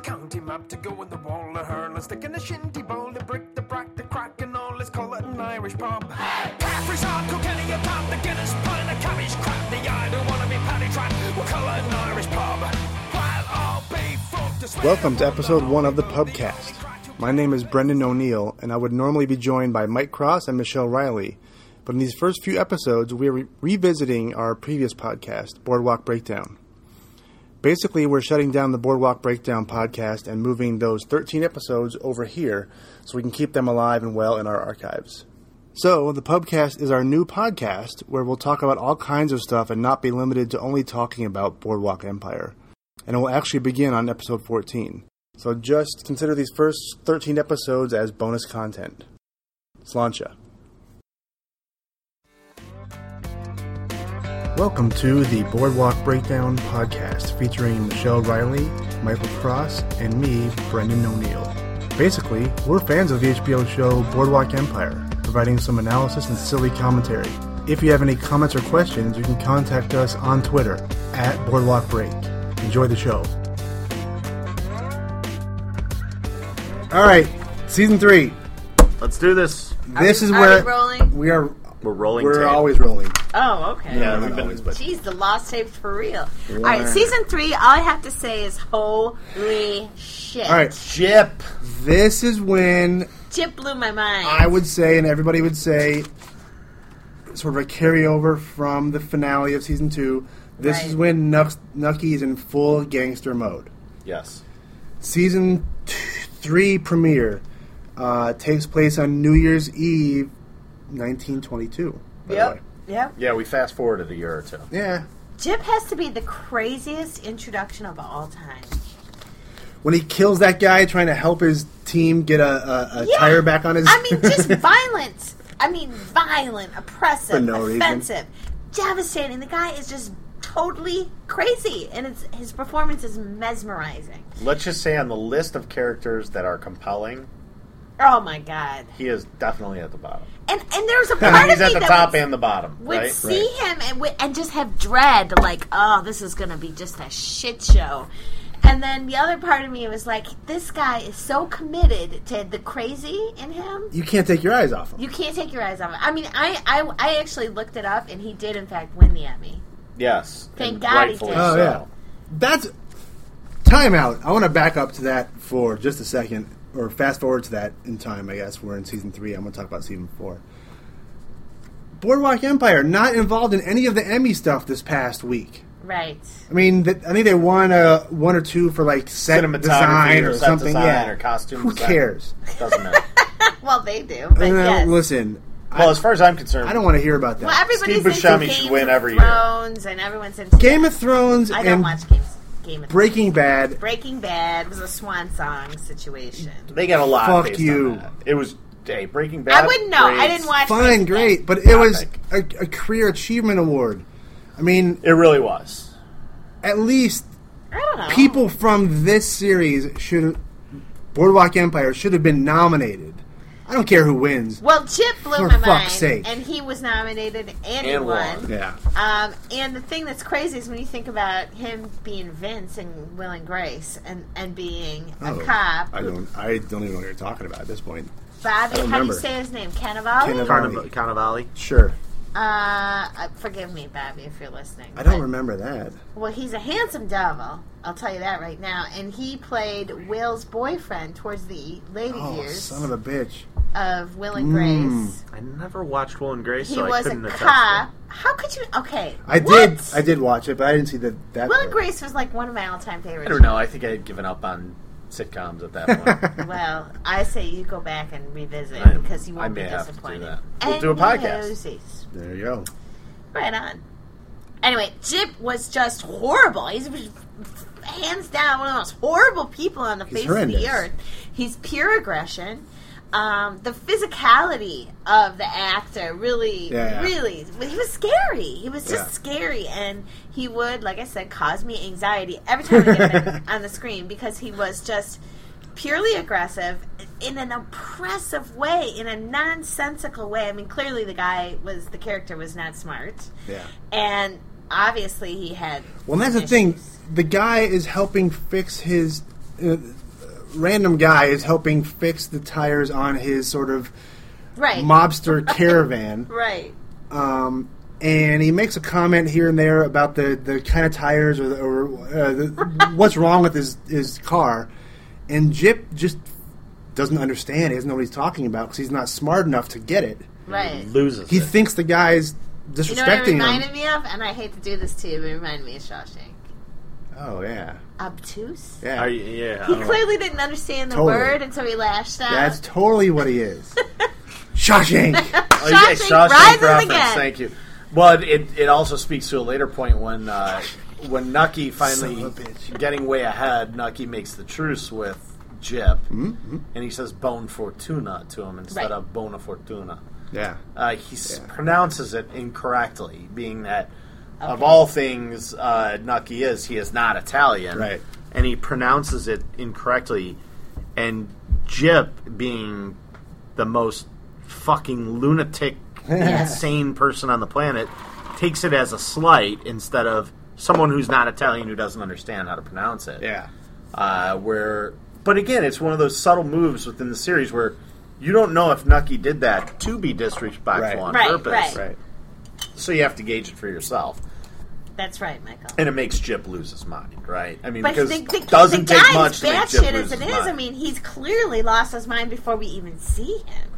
time to go in the wall of her. Let's take in a shinty bowl to break the brack, the crack, and all. Let's call it an Irish pub. Caffrey's hard, Kilkenny, a pub, the Guinness pint, the cabbage crap, the I don't wanna be paddy trapped. We'll call it an Irish pub. While I'll be fucked to swear Welcome to on episode the one of the Irish pub, Pubcast. My name is Brendan O'Neill, and I would normally be joined by Mike Cross and Michelle Riley. But in these first few episodes, we are re- revisiting our previous podcast, Boardwalk Breakdown. Basically, we're shutting down the Boardwalk Breakdown podcast and moving those 13 episodes over here so we can keep them alive and well in our archives. So, the Pubcast is our new podcast where we'll talk about all kinds of stuff and not be limited to only talking about Boardwalk Empire. And it will actually begin on episode 14. So just consider these first 13 episodes as bonus content. Slancha. Welcome to the Boardwalk Breakdown podcast featuring Michelle Riley, Michael Cross, and me, Brendan O'Neill. Basically, we're fans of the HBO show Boardwalk Empire, providing some analysis and silly commentary. If you have any comments or questions, you can contact us on Twitter at Boardwalk Break. Enjoy the show. All right, season three. Let's do this. This is Are where we rolling? we are. We're rolling. We're tape. always rolling. Oh, okay. Yeah, not we've been- always, but Jeez, the lost tape for real. All Wow. right, season three. All I have to say is holy shit. all right. Jip. This is when Chip blew my mind. I would say, and everybody would say, sort of a carryover from the finale of season two. This Right. is when Nux, Nucky is in full gangster mode. Yes. Season t- three premiere uh, takes place on New Year's Eve, 1922. by the way. Yep. Yep. Yeah, we fast forwarded a year or two. Yeah. Jip has to be the craziest introduction of all time. When he kills that guy trying to help his team get a, a, a Yeah. tire back on his. I mean, just violence. I mean, violent, oppressive, For no reason. offensive, devastating. The guy is just totally crazy, and it's his performance is mesmerizing. Let's just say on the list of characters that are compelling, Oh my god! he is definitely at the bottom. And and there's a part of He's me at the that top would and the bottom, would right? see him and, would- and just have dread, like, oh, this is going to be just a shit show. And then the other part of me was like, this guy is so committed to the crazy in him. you can't take your eyes off him. You can't take your eyes off it. I mean, I, I, I actually looked it up, and he did, in fact, win the Emmy. Yes. Thank and God he rightfully did. Oh, so. yeah. That's timeout. I want to back up to that for just a second, or fast forward to that in time. I guess we're in season three. I'm going to talk about season four. Boardwalk Empire not involved in any of the Emmy stuff this past week. Right. I mean, th- I think they won a one or two for like set Cinematography design or, or set something. design yeah, or costume Who design. cares? Doesn't matter. Well, they do. But Uh, yes. Listen, well, as far as I'm concerned, I don't want to hear about that. well, everybody's Steve into Buscemi Games should win of every year. Thrones, and everyone's into Game of Thrones I and don't watch games. Game of Breaking Bad. Breaking Bad was a swan song situation. They got a lot. Fuck based you. on that. It was hey Breaking Bad. I wouldn't know. I raised- didn't watch. Fine, Breaking Bad. great, but it was Topic. a, a career achievement award. I mean, It really was. at least I don't know. people from this series should Boardwalk Empire should have been nominated. I don't care who wins. Well, Chip blew For my fuck's mind, sake. and he was nominated and, he And won. won. Yeah. Um, and the thing that's crazy is when you think about him being Vince and Will and Grace, and and being a cop. Oh, I don't I don't even know what you're talking about at this point. Bobby, how remember. do you say his name? Cannavale. Cannavale. Carniv- Carnivali. Sure. Uh, uh, forgive me, Bobby, if you're listening. I don't but- remember that. Well, he's a handsome devil. I'll tell you that right now. And he played Will's boyfriend towards the later Oh, years son of a Mm. bitch. of Will and Grace. I never watched Will and Grace, He so I was a couldn't attest. cop. How could you? Okay, I what? did I did watch it, but I didn't see that that Will and part. Grace was like one of my all-time favorites. I don't know. I think I had given up on sitcoms at that point. Well, I say you go back and revisit I- because you I won't may be have to do disappointed. that. We'll And do a podcast. nosies. There you go. Right on. Anyway, Jip was just horrible. He's hands down one of the most horrible people on the face of horrendous. the earth. He's pure aggression. Um, the physicality of the actor really, Yeah. really, he was scary. He was just Yeah. scary, and he would, like I said, cause me anxiety every time I get him on the screen because he was just purely aggressive in an oppressive way, in a nonsensical way. I mean, clearly the guy was the character was not smart, Yeah. and obviously he had Well, that's the issues. thing. The guy is helping fix his uh, random guy is helping fix the tires on his sort of Right. mobster caravan. right. Um, and he makes a comment here and there about the, the kind of tires or, the, or uh, the, what's wrong with his, his car. And Jip just doesn't understand. He doesn't know what he's talking about because he's not smart enough to get it. Right. Loses He it. thinks the guy's You know what it disrespecting reminded him. me of? And I hate to do this to you, but it reminded me of Shawshank. oh yeah, Obtuse? Yeah, Are you, yeah. I He don't know. clearly didn't understand the Totally. word, and so he lashed out. that's totally what he is. Shawshank. Oh, yeah, Shawshank Rises again. Thank you. Well, it, it also speaks to a later point when uh, when Nucky finally Son of a bitch. getting way ahead, Nucky makes the truce with Jip, Mm-hmm. and he says "Bone Fortuna" to him instead Right. of "Bona Fortuna." yeah. Uh, he s Yeah. pronounces it incorrectly, being that of all things uh, Nucky is, he is not Italian, Right. And he pronounces it incorrectly, and Jip being the most fucking lunatic, insane person on the planet, takes it as a slight instead of someone who's not Italian who doesn't understand how to pronounce it Yeah. uh, where but again it's one of those subtle moves within the series where you don't know if Nucky did that to be disrespectful Right. on Right, purpose right. Right. so you have to gauge it for yourself That's right, Michael. and it makes Jip lose his mind right I mean But the, because the, it the doesn't take much guy's to make Jip batshit lose as his it is. mind I mean, he's clearly lost his mind before we even see him.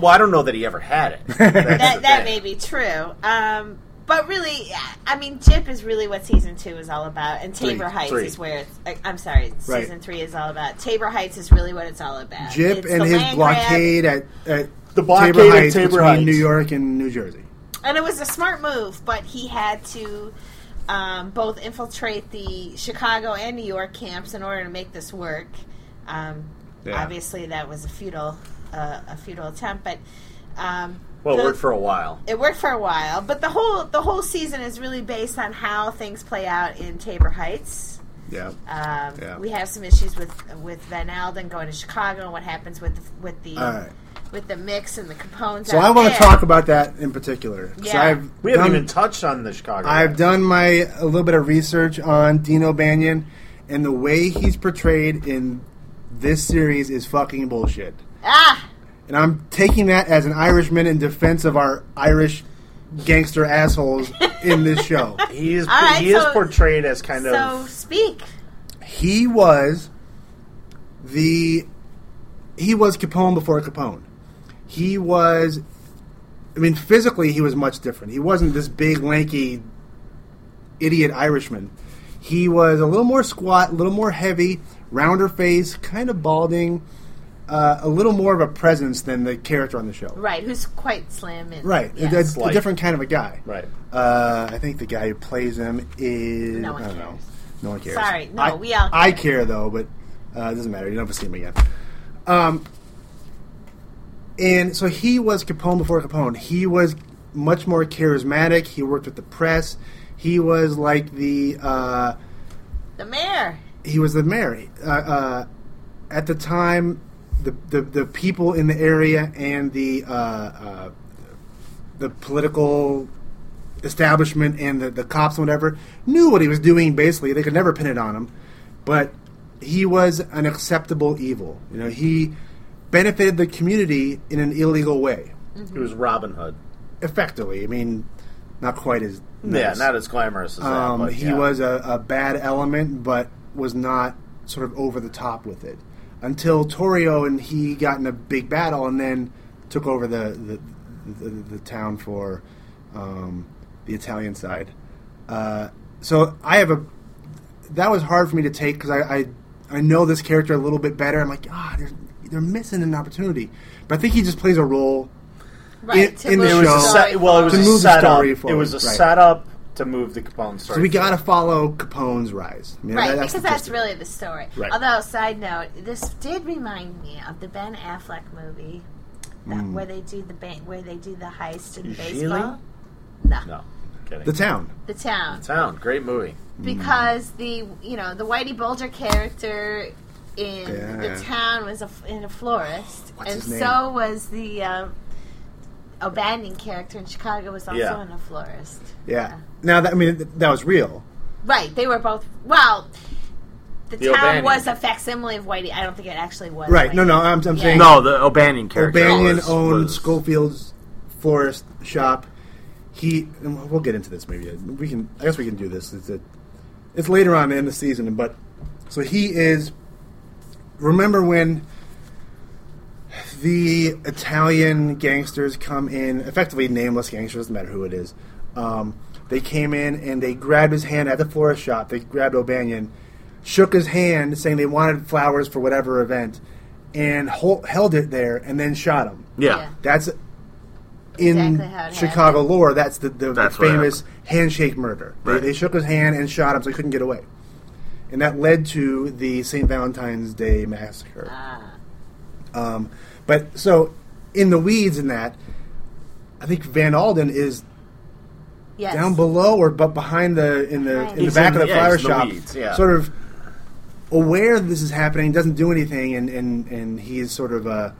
well I don't know that he ever had it That's the That, that thing. may be true. Um, but really, I mean, Jip is really what season two is all about, and Tabor Three. Heights Three. is where it's. I- I'm sorry, Right. season three is all about. Tabor Heights is really what it's all about. Jip It's and the his land grab, blockade at, at The blockade Tabor at Heights Tabor between Heights. New York and New Jersey. and it was a smart move, but he had to um, both infiltrate the Chicago and New York camps in order to make this work. Um, Yeah. Obviously, that was a futile, uh, a futile attempt, but. Um, well it the- worked for a while it worked for a while, but the whole the whole season is really based on how things play out in Tabor Heights. Yeah. Um, Yeah. We have some issues with with Van Alden going to Chicago and what happens with the, with the All right. with the mix and the Capones. So out I want to there. talk about that in particular. 'cause Yeah. I've we haven't done- even touched on the Chicago I've done my a little bit of research on Dino Banyan, and the way he's portrayed in this series is fucking bullshit. Ah, And I'm taking that as an Irishman in defense of our Irish gangster assholes in this show. he is All right, he is so- portrayed as kind so of speak. He was the he was Capone before Capone. He was I mean physically he was much different. He wasn't this big lanky idiot Irishman. He was a little more squat, a little more heavy, rounder face, kind of balding, uh, a little more of a presence than the character on the show. Right, who's quite slim and Right. yes. That's a Slight. different kind of a guy. right Uh, I think the guy who plays him is No one I don't cares. know. No one cares. Sorry, no, I, we all I care. care though, but uh, it doesn't matter. You never see him again. Um, and so he was Capone before Capone. He was much more charismatic. He worked with the press. He was like the uh, the mayor. he was the mayor uh, uh, at the time. The, the the people in the area and the uh, uh, the political establishment and the, the cops and whatever knew what he was doing. Basically, they could never pin it on him, but he was an acceptable evil. You know, he benefited the community in an illegal way, Mm-hmm. he was Robin Hood effectively. I mean, not quite as yeah nice. not as glamorous as that Um, but he yeah. was a, a bad element, but was not sort of over the top with it until Torrio and he got in a big battle, and then took over the the, the, the town for um, the Italian side. Uh, so I have a that was hard for me to take because I, I I know this character a little bit better. I'm like, ah, they're they're missing an opportunity, but I think he just plays a role. Right. In- to in the move It was a show. story set, well, it was To forward. move the a setup. story It forward, was a right. setup to move the Capone story. So we got forward. to follow Capone's rise. I mean, Right, that- because the that's gist of it. really the story. Right. Although, side note, this did remind me of the Ben Affleck movie that, Hmm. where they do the bank, where they do the heist in Really? baseball. No, No, kidding. the town. the town town, great movie. hmm. because the you know the Whitey Bulger character in Yeah. the town was a, in a florist, What's and his name? so was the um, O'Bannon character in Chicago was also Yeah. in a florist. Yeah. Now that I mean th- that was real. Right, they were both. Well, The, The town O'Banion. was a facsimile of Whitey. I don't think it actually was. Right. No, Whitey. no. I'm, I'm saying No, the O'Banion character. O'Banion was- owned was- Schofield's florist shop. He, and we'll get into this maybe. We can, I guess we can do this. It's, a, it's later on in the season, but so he is. Remember when the Italian gangsters come in, effectively nameless gangsters, doesn't matter who it is. Um, they came in and they grabbed his hand at the florist shop. They grabbed O'Banion, shook his hand, saying they wanted flowers for whatever event, and hol- held it there and then shot him. Yeah. That's in Exactly how it Chicago lore. That's the, the, That's what famous handshake murder. They, Right. they shook his hand and shot him, so he couldn't get away. And that led to the St. Valentine's Day massacre. Ah. Um, but so in the weeds in that, I think Van Alden is Yes. down below or but behind the in the in the He's in- back of the yeah, flower he's in the shop, weeds, yeah. sort of aware that this is happening, doesn't do anything, and and and he is sort of a.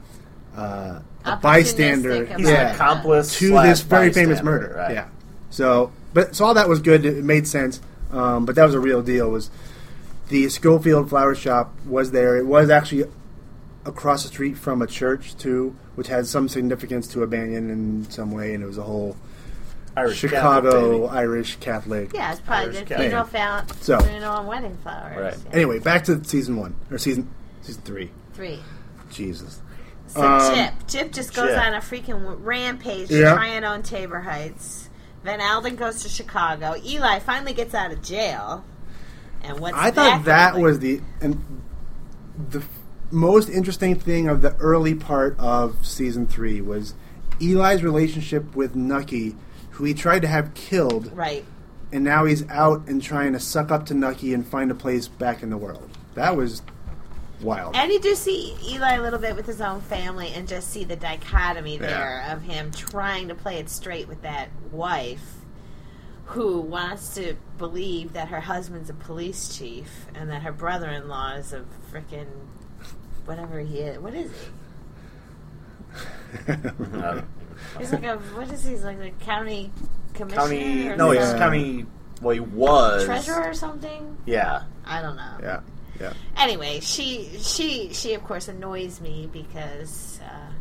Uh, a Opportunistic bystander, about He's Yeah. an accomplice to slash this very famous bystander, murder. Right. Yeah. So, but so all that was good. It made sense. Um, but that was a real deal. Was the Schofield Flower Shop was there? It was actually across the street from a church too, which had some significance to O'Banion in some way, and it was a whole Irish Chicago Catholic, Irish Catholic. Yeah, it's probably Irish the Catholic. funeral, fal- So- funeral and wedding flowers. Right. Yeah. Anyway, back to season one or season season three. Three. Jesus. So Um, Chip, Chip just goes Chip. on a freaking rampage Yeah. to try and own Tabor Heights. Van Alden goes to Chicago. Eli finally gets out of jail. And what's I thought that gonna be? was the and the f- most interesting thing of the early part of season three was Eli's relationship with Nucky, who he tried to have killed, right. and now he's out and trying to suck up to Nucky and find a place back in the world. That was wild. And you do see Eli a little bit with his own family, and just see the dichotomy there of him trying to play it straight with that wife, who wants to believe that her husband's a police chief and that her brother-in-law is a freaking whatever he is. What is he? Uh, He's like a what is he? He's like a county commissioner, county. or No, he's something? Yeah. county. Well, he was treasurer or something. Yeah, I don't know. yeah, yeah. Anyway, she she she of course annoys me because uh,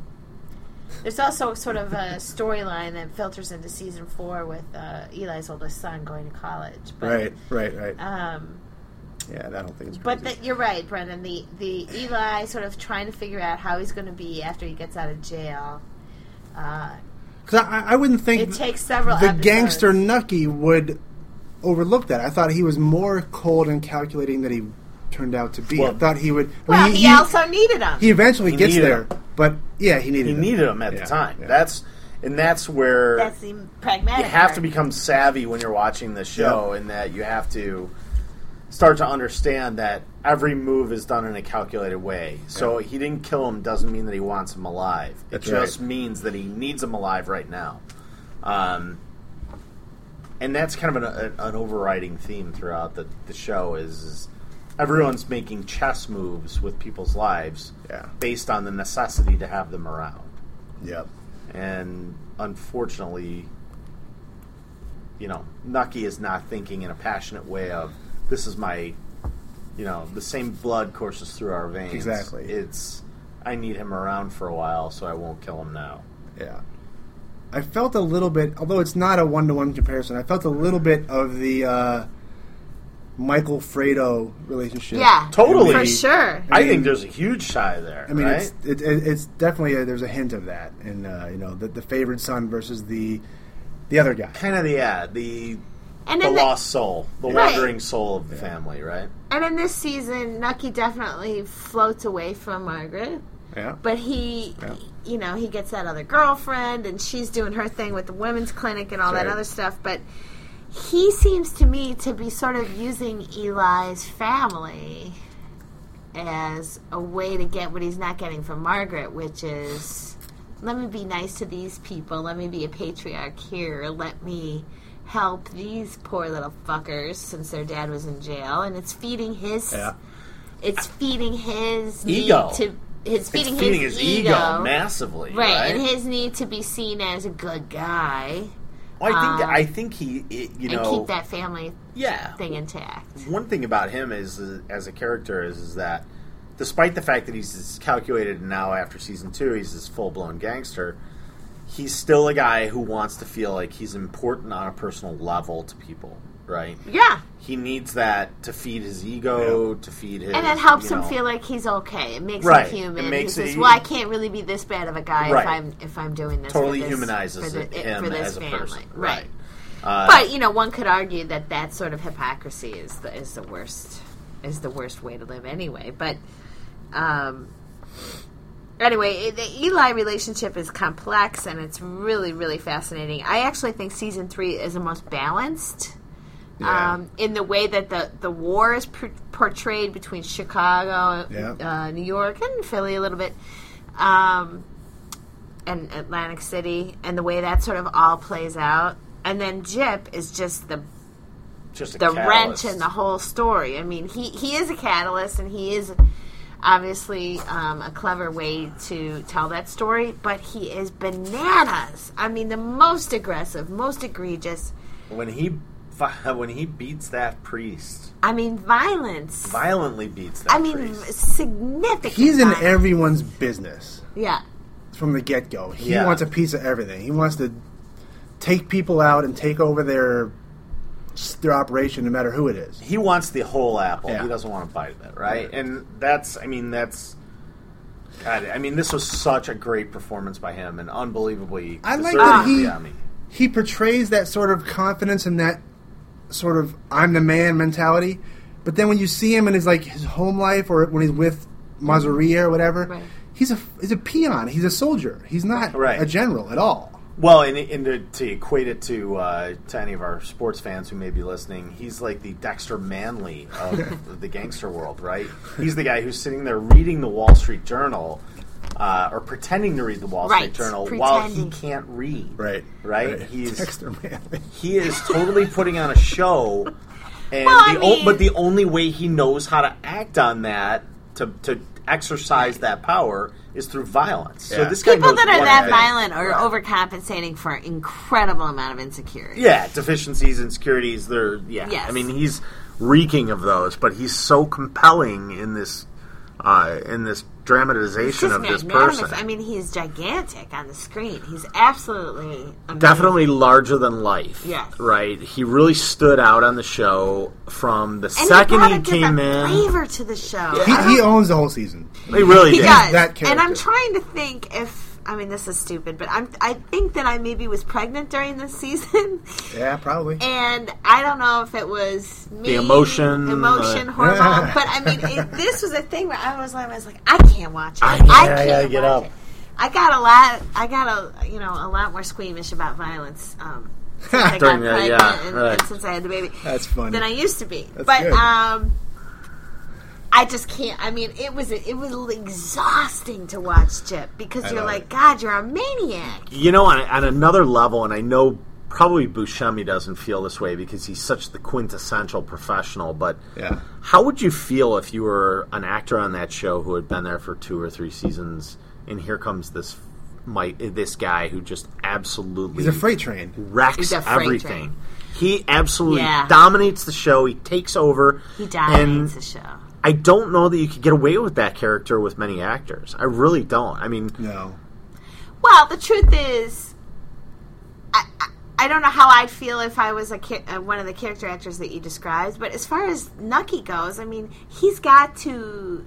there's also sort of a storyline that filters into season four with uh, Eli's oldest son going to college. But, Right, right, right. Um, yeah, that whole thing is. but crazy. that you're right, Brendan. The the Eli sort of trying to figure out how he's going to be after he gets out of jail. Uh, 'Cause I, I wouldn't think it takes several. the episodes. gangster Nucky would overlook that. I thought he was more cold and calculating than he turned out to be. Well- I thought he would. Well, I mean, he, also needed him. he eventually He gets needed there, him. but yeah, he needed he him. needed him at Yeah, the time. yeah. That's and that's where That's the pragmatic. you have part. to become savvy when you're watching the show, and that you have to start to understand that every move is done in a calculated way. So he didn't kill him doesn't mean that he wants him alive. It That's just right. means that he needs him alive right now. Um, and that's kind of an, an, an overriding theme throughout the, the show is, is everyone's making chess moves with people's lives Yeah. based on the necessity to have them around Yep. and unfortunately, you know, Nucky is not thinking in a passionate way of this is my, you know, the same blood courses through our veins. Exactly. It's I need him around for a while, so I won't kill him now. Yeah. I felt a little bit, although it's not a one to one comparison. I felt a little bit of the uh, Michael Fredo relationship. Yeah, Totally. for sure. I, mean- think there's a huge tie there. I mean, right? it's it, it, it's definitely a, there's a hint of that, in uh, you know, the, the favored son versus the the other guy. kind of the yeah the And the then the, lost soul, the Right. wandering soul of the family, right? and in this season, Nucky definitely floats away from Margaret, Yeah. but he, you know, he gets that other girlfriend, and she's doing her thing with the women's clinic and all that Right. other stuff. But he seems to me to be sort of using Eli's family as a way to get what he's not getting from Margaret, which is let me be nice to these people, let me be a patriarch here, let me help these poor little fuckers since their dad was in jail and it's feeding his Yeah. it's feeding his Ego. need to it's feeding, it's feeding his, his ego, massively, right, right? and his need to be seen as a good guy Well, I think I think he, it, you uh, and know, keep that family yeah. thing intact. One thing about him is, is as a character is, is that despite the fact that he's as calculated now after season two, he's this full blown gangster. He's still a guy who wants to feel like he's important on a personal level to people, right? Yeah. He needs that to feed his ego, to feed his, And it helps you him know- feel like he's okay. It makes Right. him human. It makes he says, it- "Well, I can't really be this bad of a guy Right. if I'm if I'm doing this." totally for this, humanizes for it- the- him for this as a family, person, right? right. but you know, one could argue that that sort of hypocrisy is the is the worst is the worst way to live anyway. But um, anyway, i- the Eli relationship is complex and it's really really fascinating. I actually think season three is the most balanced um, in the way that the, the war is pr- portrayed between Chicago, Yeah. uh, New York, and Philly a little bit, um, and Atlantic City, and the way that sort of all plays out. And then Jip is just the just a the catalyst. wrench in the whole story. I mean, he, he is a catalyst, and he is obviously um, a clever way to tell that story. But he is bananas. I mean, the most aggressive, most egregious. when he fi- when he beats that priest, I mean, violence. violently beats that. I mean, priest. significant. He's in violence. everyone's business Yeah, from the get go. He Yeah. wants a piece of everything. He wants to take people out and take over their their operation, no matter who it is. he wants the whole apple. Yeah. He doesn't want to bite of it, right? Yeah. And that's, I mean, that's. God, I mean, this was such a great performance by him, and unbelievably. I like deserving that of the he Emmy. he portrays that sort of confidence and that sort of I'm the man mentality. But then when you see him in his like his home life or when he's with Mazaria or whatever, Right. he's a he's a peon. He's a soldier. He's not Right. a general at all. Well, and, and to, to equate it to uh, to any of our sports fans who may be listening, he's like the Dexter Manley of the gangster world, right? He's the guy who's sitting there reading the Wall Street Journal, uh, or pretending to read the Wall Right, Street Journal while he pretending. can't read, Right. Right? He's Dexter Manley. he is totally putting on a show, and Well, I the o- mean- but the only way he knows how to act on that to to exercise that power is through violence. So Yeah. this guy people knows that are one that thing. violent are overcompensating for an incredible amount of insecurity. Yeah, deficiencies, insecurities. They're yeah. Yes. I mean, he's reeking of those, but he's so compelling in this uh, in this He's dramatization just of this magnanimous. person. I mean, he's gigantic on the screen. He's absolutely amazing. Definitely larger than life. Yes. Right. He really stood out on the show from the And second he, he, brought a came different in. flavor to the show. He, he owns the whole season. He really He did. does. that And I'm character. trying to think if I mean this is stupid, but I'm I think that I maybe was pregnant during this season. Yeah, probably. and I don't know if it was The me, emotion, emotion the- hormone, but I mean, it, this was a thing where I was like, I was like, I can't watch it. I, can't gotta get watch up. It. I got a lot. I got a you know a lot more squeamish about violence. Um, since I got During the- pregnant yeah, and, right. and since I had the baby, That's funny. than I used to be. That's but good. um, I just can't. I mean, it was it was exhausting to watch Chip because you're know like, it. God, you're a maniac. You know, on, on another level, and I know probably Buscemi doesn't feel this way because he's such the quintessential professional, but Yeah. how would you feel if you were an actor on that show who had been there for two or three seasons, and here comes this Mike, this guy who just absolutely He's a freight train. wrecks He's a freight everything. train. He absolutely Yeah. dominates the show. He takes over. He and dominates the show. I don't know that you could get away with that character with many actors. I really don't. I mean, No. Well, the truth is, I, I, I don't know how I'd feel if I was a cha- uh, one of the character actors that you described. But as far as Nucky goes, I mean, he's got to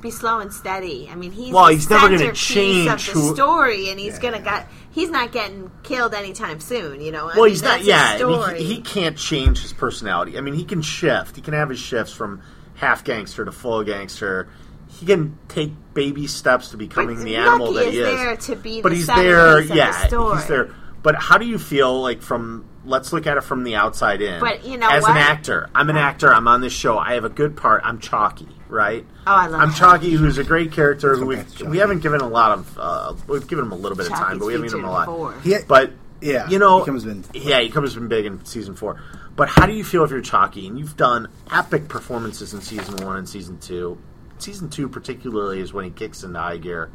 be slow and steady. I mean, he's Well, the he's never gonna centerpiece change of the who- story, and he's Yeah, gonna yeah. got. He's not getting killed anytime soon, you know. I Well, mean, he's that's not. his Yeah, I mean, story. he, he can't change his personality. I mean, he can shift. He can have his shifts from half gangster to full gangster. He can take baby steps to becoming But the animal Lucky that he is is. there to be but the he's there. centerpiece of the Yeah, story. he's there. But how do you feel like from? Let's look at it from the outside in. But you know as what? an actor, I'm an actor. I'm on this show. I have a good part. I'm Chalky, right? Oh, I love I'm Chalky, who's a great character. Who Okay, we've, Chalky. we haven't given a lot of. Uh, we've given him a little bit of time, Chucky's but we haven't given featured him a lot. before. He, But Yeah, you know, he comes in- Yeah, he comes in big in season four. But how do you feel if you're Chalky and you've done epic performances in season one and season two? Season two, particularly, is when he kicks into high gear,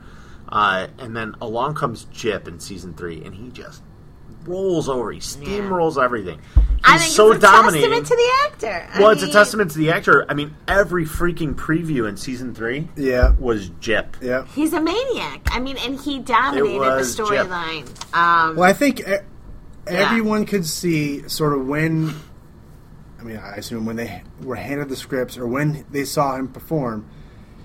uh, and then along comes Jip in season three, and he just rolls over. He steamrolls everything. I He's think so it's a dominating. testament to the actor. I well, it's a mean, testament to the actor. I mean, every freaking preview in season three Yeah. was Jip. Yeah. He's a maniac. I mean, and he dominated was the Jip. storyline. Um, Well, I think e- everyone could see sort of when. I mean, I assume when they were handed the scripts or when they saw him perform,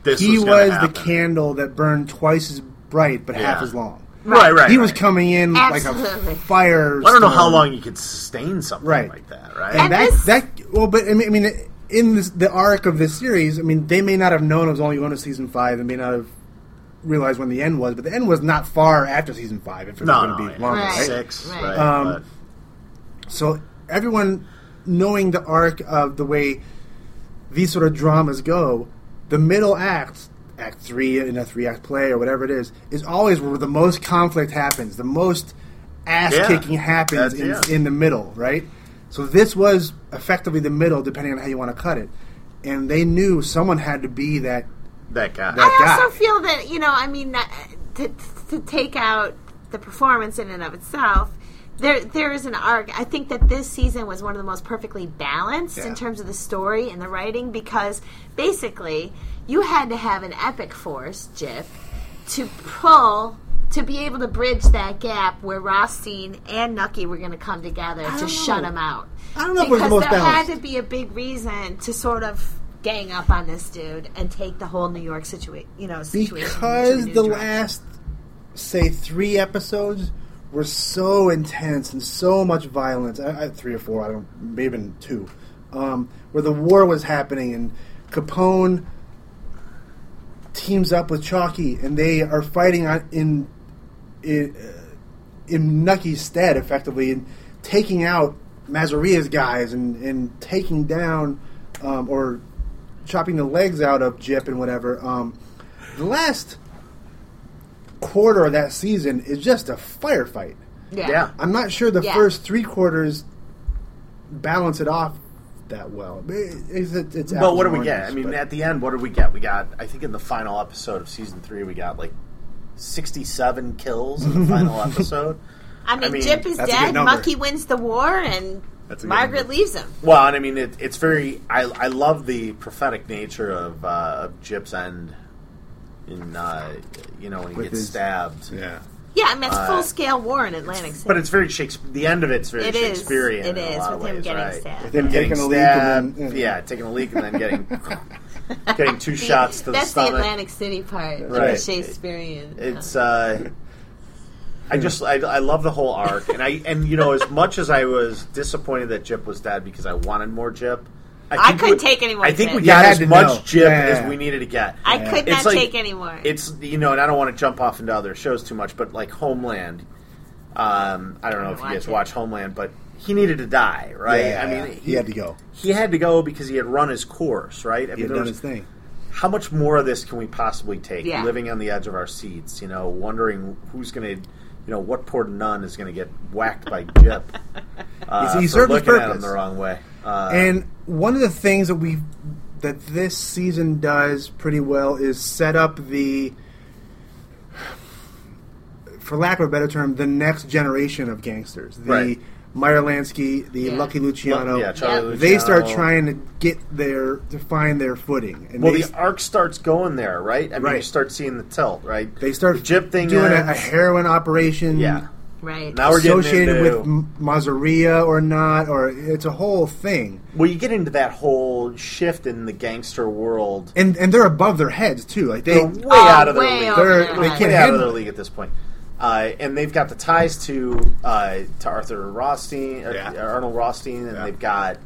This he gonna was the happen. candle that burned twice as bright but half Yeah. as long. Right, right. He was right. coming in like Absolutely. a fire. I don't know how long you could sustain something Right. like that, right? And And that, this- that well, but I mean, I mean, in this, the arc of this series, I mean, they may not have known it was only going to season five, and may not have realized when the end was, but the end was not far after season five. If it was no, going to no, be yeah, longer, Right. right? six, Right. right? Um, but- So everyone knowing the arc of the way these sort of dramas go, the middle act, act three in a three act play or whatever it is, is always where the most conflict happens, the most ass kicking Yeah. happens That's- in, yeah. in the middle, right? So this was effectively the middle, depending on how you want to cut it. And they knew someone had to be that. that guy. that- I also guy. feel that you know, I mean, that- to, to take out the performance in and of itself, there there is an arc. I think that this season was one of the most perfectly balanced Yeah. in terms of the story and the writing because basically you had to have an epic force, Jip, to pull. To be able to bridge that gap where Rothstein and Nucky were going to come together to shut him out, I don't know if it was because the most there balanced. had to be a big reason to sort of gang up on this dude and take the whole New York situation, you know, situation into a Because new the direction. last, say, three episodes were so intense and so much violence. I, I, three or four, I don't, maybe even two, um, where the war was happening and Capone teams up with Chalky and they are fighting on, in in, uh, in Nucky's stead, effectively, and taking out Mazaria's guys and, and taking down um, or chopping the legs out of Jip and whatever. Um, the last quarter of that season is just a firefight. yeah. yeah. I'm not sure the Yeah. first three quarters balance it off that well. It- It's, it's Well, apples what do and we get? I oranges, mean, but- at the end, what did we get? We got, I think, in the final episode of season three, we got like sixty-seven kills in the final episode. I mean, I mean, Jip is that's a good dead. number. Mucky wins the war, and That's a good Margaret number. leaves him. Well, and I mean, it, it's very. I, I love the prophetic nature of, uh, of Jip's end. In uh, you know, when he With gets his- stabbed. yeah. Yeah, I mean, it's Uh, full scale war in Atlantic City. But it's very Shakespeare. The end of it's very It is. Shakespearean. It in is, a lot of with him ways, getting right? stabbed. Them Getting taking a leak and stabbed, then, yeah, taking a leak and then getting getting two shots to That's the stomach. Atlantic City part, of the Right. Shakespearean. It's uh, I just I, I love the whole arc, and I and you know as much as I was disappointed that Jip was dead because I wanted more Jip. I think couldn't we- take any more I think Jip. we You got had as to much know. Jip Yeah, yeah, yeah. as we needed to get. I could It's not like- take anymore. It's you know, and I don't want to jump off into other shows too much, but like Homeland. Um, I don't know if you watch guys it. watch Homeland, but he needed to die, right? Yeah, I yeah. mean, He had to go. He had to go because he had run his course, right? I He mean, had there done was- his thing. how much more of this can we possibly take? Yeah. Living on the edge of our seats, you know, wondering who's going to, you know, what poor nun is going to get whacked by Jip uh, He- he for served his looking at him purpose. the wrong way. Uh, And one of the things that we that this season does pretty well is set up the for lack of a better term, the next generation of gangsters. The Right. Meyer Lansky, the Yeah. Lucky Luciano. yeah, Charlie Yep. They start Luciano. trying to get their to find their footing. And Well, they, the arc starts going there, right? I mean, you Right. start seeing the tilt, right? they start the Jip thing doing a, ends. a heroin operation. yeah. right. Now we're getting associated into- with M- Mazzaria or not, or it's a whole thing. Well, you get into that whole shift in the gangster world. And and they're above their heads too. Like they They're way out of their Oh, way league. over They're- their they heads. can't way out of handle their it. league at this point. Uh, and they've got the ties to uh, to Arthur Rothstein, or Yeah. Arnold Rothstein, and Yeah. they've got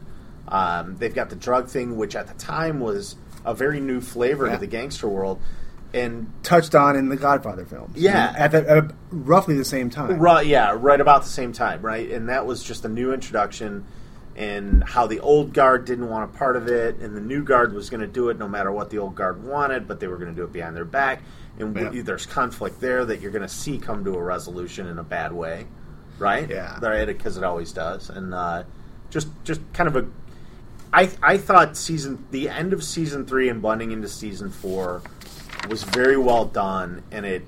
um, they've got the drug thing, which at the time was a very new flavor Yeah. to the gangster world. And touched on in the Godfather films. Yeah. at, the, at roughly the same time. right, yeah, right about the same time, right? And that was just a new introduction, and how the old guard didn't want a part of it, and the new guard was going to do it no matter what the old guard wanted, but they were going to do it behind their back. And w- Yeah. there's conflict there that you're going to see come to a resolution in a bad way, right? Yeah. right, because it always does, and uh, just just kind of a. I, I thought season the end of season three and blending into season four was very well done, and it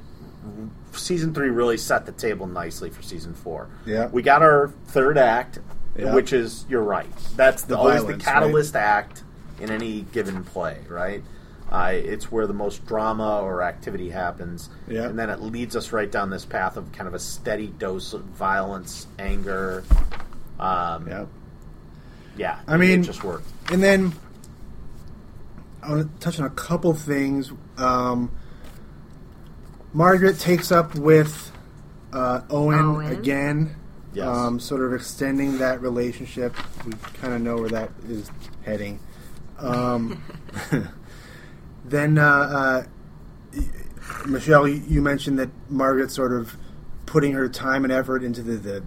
season three really set the table nicely for season four. Yeah. we got our third act, Yeah. which is you're right. That's the, The always violence, the right? catalyst act in any given play, right? Uh, it's where the most drama or activity happens, Yeah. and then it leads us right down this path of kind of a steady dose of violence, anger. Um, Yeah. yeah, I mean- it just worked. And then I want to touch on a couple things. Um, Margaret takes up with uh, Owen, Owen. again, Yes. um, sort of extending that relationship. We kind of know where that is heading. Um, then uh, uh, y- Michelle, you, you mentioned that Margaret's sort of putting her time and effort into the, the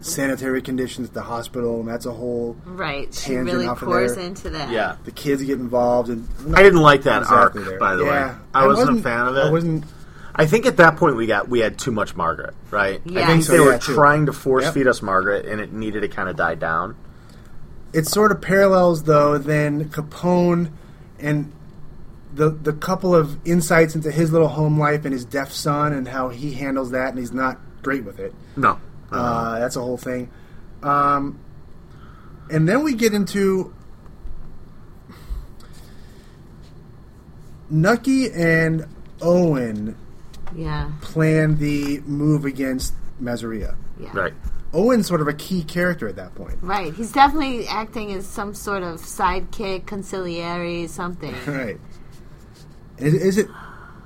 sanitary conditions at the hospital, and that's a whole Right. She Tangent really off of pours there. into that. yeah, the kids get involved and I didn't like that Exactly arc, there. by the Yeah. way. I, I wasn't, wasn't- a fan of it. I wasn't I think at that point we got we had too much Margaret, right? Yeah. I think So, they yeah, were too. trying to force Yep. feed us Margaret, and it needed to kind of die down. it sort of parallels though then Capone and the the couple of insights into his little home life and his deaf son and how he handles that and he's not great with it. No, Uh, that's a whole thing. Um, and then we get into Nucky and Owen Yeah. plan the move against Mazaria. Yeah. right? Owen's sort of a key character at that point. Right. He's definitely acting as some sort of sidekick, conciliary, something. Right. Is, is it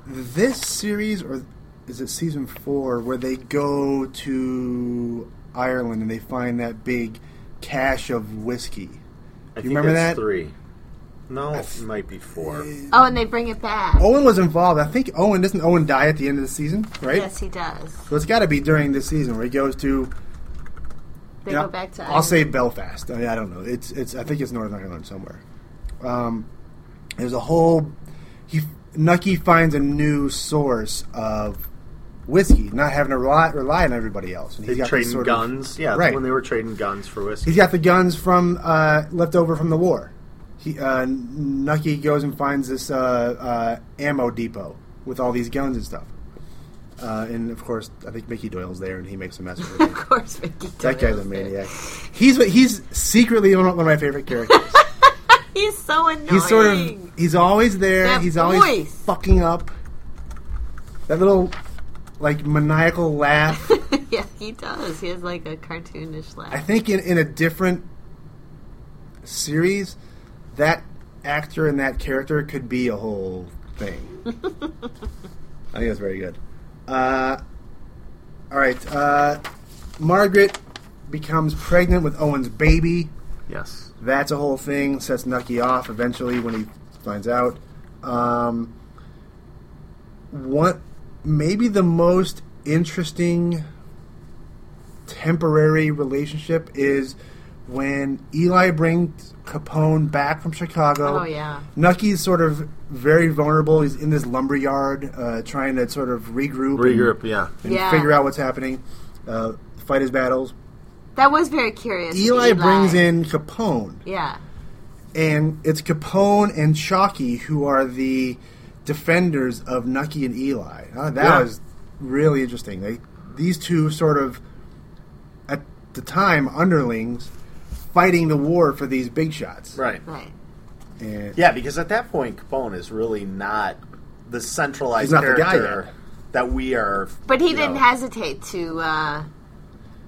this series or is it season four where they go to Ireland and they find that big cache of whiskey? I You remember that? three? No, it might be four. Oh, and they bring it back. Owen was involved. I think Owen doesn't Owen die at the end of the season, right? Yes, he does. So it's got to be during this season where he goes to. They yeah, go back to. I'll say Belfast. I, mean, I don't know. It's it's. I think it's Northern Ireland somewhere. Um, there's a whole. He Nucky finds a new source of whiskey, not having to rely, rely on everybody else. And They he's got this trading sort of- guns. yeah, that's right. when they were trading guns for whiskey. He's got the guns from uh, left over from the war. He uh, Nucky goes and finds this uh, uh, ammo depot with all these guns and stuff. Uh, and of course, I think Mickey Doyle's there, and he makes a mess of it. Of course, Ricky. That guy's Doyle's a there. maniac. He's he's secretly one of my favorite characters. He's so annoying. He's sort of he's always there. That he's always voice. fucking up. That little like maniacal laugh. yeah, he does. He has like a cartoonish laugh. I think in, in a different series, that actor and that character could be a whole thing. I think that's very good. Uh, all right, uh, Margaret becomes pregnant with Owen's baby. Yes, That's a whole thing. Sets Nucky off eventually when he finds out. Um, what maybe the most interesting temporary relationship is when Eli brings Capone back from Chicago. Oh, yeah. Nucky's sort of very vulnerable. He's in this lumber yard uh, trying to sort of regroup, regroup. and, Yeah, and Yeah. figure out what's happening, uh, fight his battles. that was very curious. Eli brings in Capone Yeah. and it's Capone and Chalky who are the defenders of Nucky and Eli. Uh, that Yeah. was really interesting. They, these two sort of, at the time, underlings fighting the war for these big shots. right. Right. And Yeah, because at that point, Capone is really not the centralized He's not the guy character yet. that we are. But he you didn't know, hesitate to uh,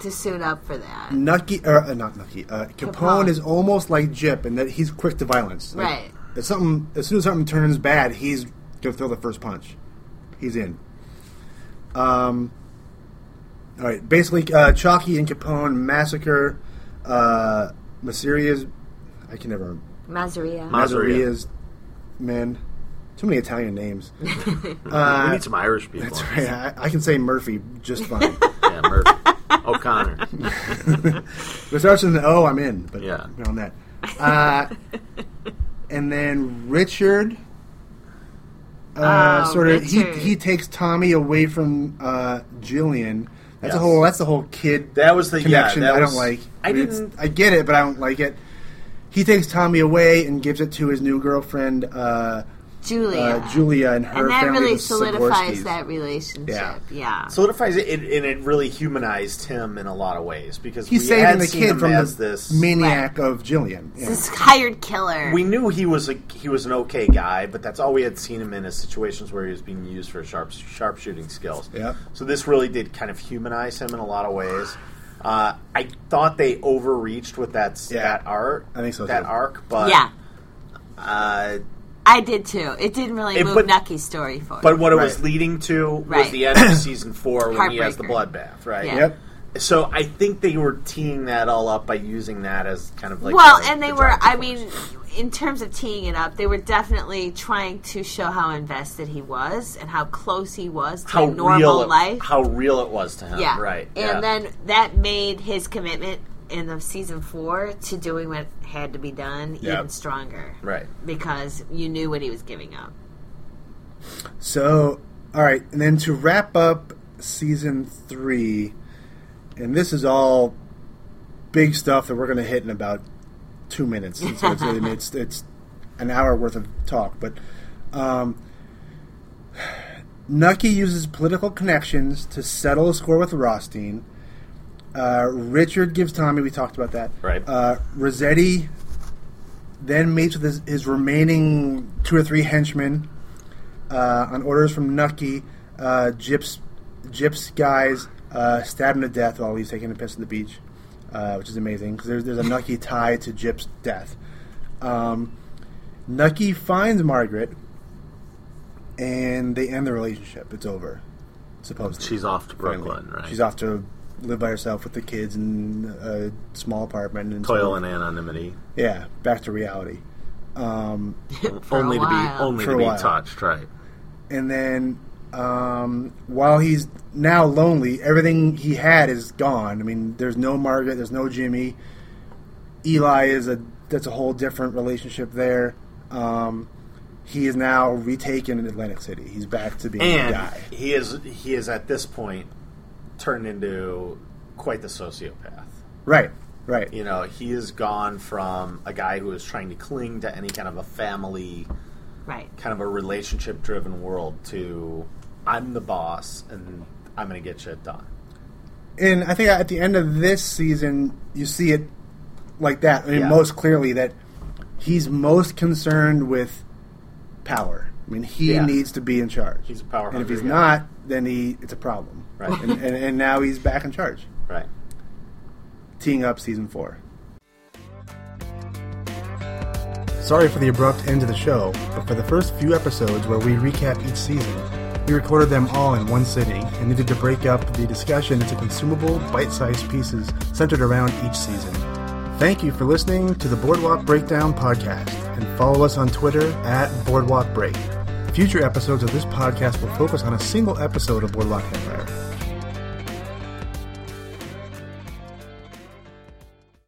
to suit up for that. Nucky, or uh, not Nucky, uh, Capone, Capone. is almost like Jip in that he's quick to violence. Like, Right. If something, as soon as something turns bad, he's gonna throw the first punch. He's in. Um. All right. Basically, uh, Chalky and Capone massacre uh, Maseria's. I can never. Mazzaria. Ma- Masseria. Maseria's men. Too many Italian names. we need some Irish people. Uh, That's right. I, I can say Murphy just fine. Yeah, Murphy. O'Connor. If it starts with an O, I'm in. But Yeah. we're on that. Uh, and then Richard, uh, Oh, sort of, he, Richard. he takes Tommy away from uh, Jillian. That's a Yes. whole. That's the whole kid That was the connection. Yeah, that I was- don't like. I mean, it's- didn't. I get it, but I don't like it. He takes Tommy away and gives it to his new girlfriend, uh, Julia. uh, Julia and her and that family, really the solidifies Sikorskys. that relationship. Yeah. Yeah. solidifies it, it, and it really humanized him in a lot of ways because He's we saving had the seen kid him from as the this. maniac of Jillian. Yeah. This hired killer. we knew he was a he was an okay guy, but that's all we had seen him in is situations where he was being used for sharp sharpshooting skills. Yep. So this really did kind of humanize him in a lot of ways. Uh, I thought they overreached with that s Yeah. that arc. I think so, That too. arc, but yeah. Uh, I did too. It didn't really It- move but- Nucky's story forward. but what it was Right. leading to was Right. the end of season four when he has the Heartbreaker. bloodbath, right? Yeah. Yep. So I think they were teeing that all up by using that as kind of like well, the- and they the were. driving I force. mean, in terms of teeing it up, they were definitely trying to show how invested he was and how close he was to how a normal real it, life. how real it was to him, yeah, right? And yeah. then that made his commitment in the season four to doing what had to be done even stronger, right. Because you knew what he was giving up. So, all right, and then to wrap up season three, and this is all big stuff that we're going to hit in about two minutes. And So it's, I mean, it's it's an hour worth of talk, but um, Nucky uses political connections to settle a score with Rothstein. Uh, Richard gives Tommy. We talked about that. Right. Uh, Rossetti then meets with his, his remaining two or three henchmen uh, on orders from Nucky, uh, Gyps, Gyps guys uh, stab him to death while he's taking a piss on the beach, uh, which is amazing because there's, there's a Nucky tie to Gyps' death. Um, Nucky finds Margaret, and they end the relationship. It's over, supposedly. She's off to Brooklyn, right? She's off to live by herself with the kids in a small apartment and Toil and anonymity, yeah, back to reality. Um, For only a to be while. only For a to be while. touched, right? and then um, while he's now lonely, everything he had is gone. I mean, there's no Margaret, there's no Jimmy. Eli is a that's a whole different relationship there. Um, he is now retaken in Atlantic City. He's back to being a And guy. he is he is at this point turned into quite the sociopath. Right, right. You know, he is gone from a guy who is trying to cling to any kind of a family, Right. kind of a relationship driven world to I'm the boss and I'm going to get shit done. and I think at the end of this season, you see it like that. I mean, Yeah. most clearly that he's most concerned with power. I mean, he Yeah. needs to be in charge. He's a power and if hungry he's guy. not, then he it's a problem. Right. and, and, and now he's back in charge, Right. teeing up season four. Sorry for the abrupt end to the show, but for the first few episodes where we recap each season, we recorded them all in one sitting and needed to break up the discussion into consumable, bite sized pieces centered around each season. Thank you for listening to the Boardwalk Breakdown podcast and follow us on Twitter at Boardwalk Break. Future episodes of this podcast will focus on a single episode of Boardwalk Empire.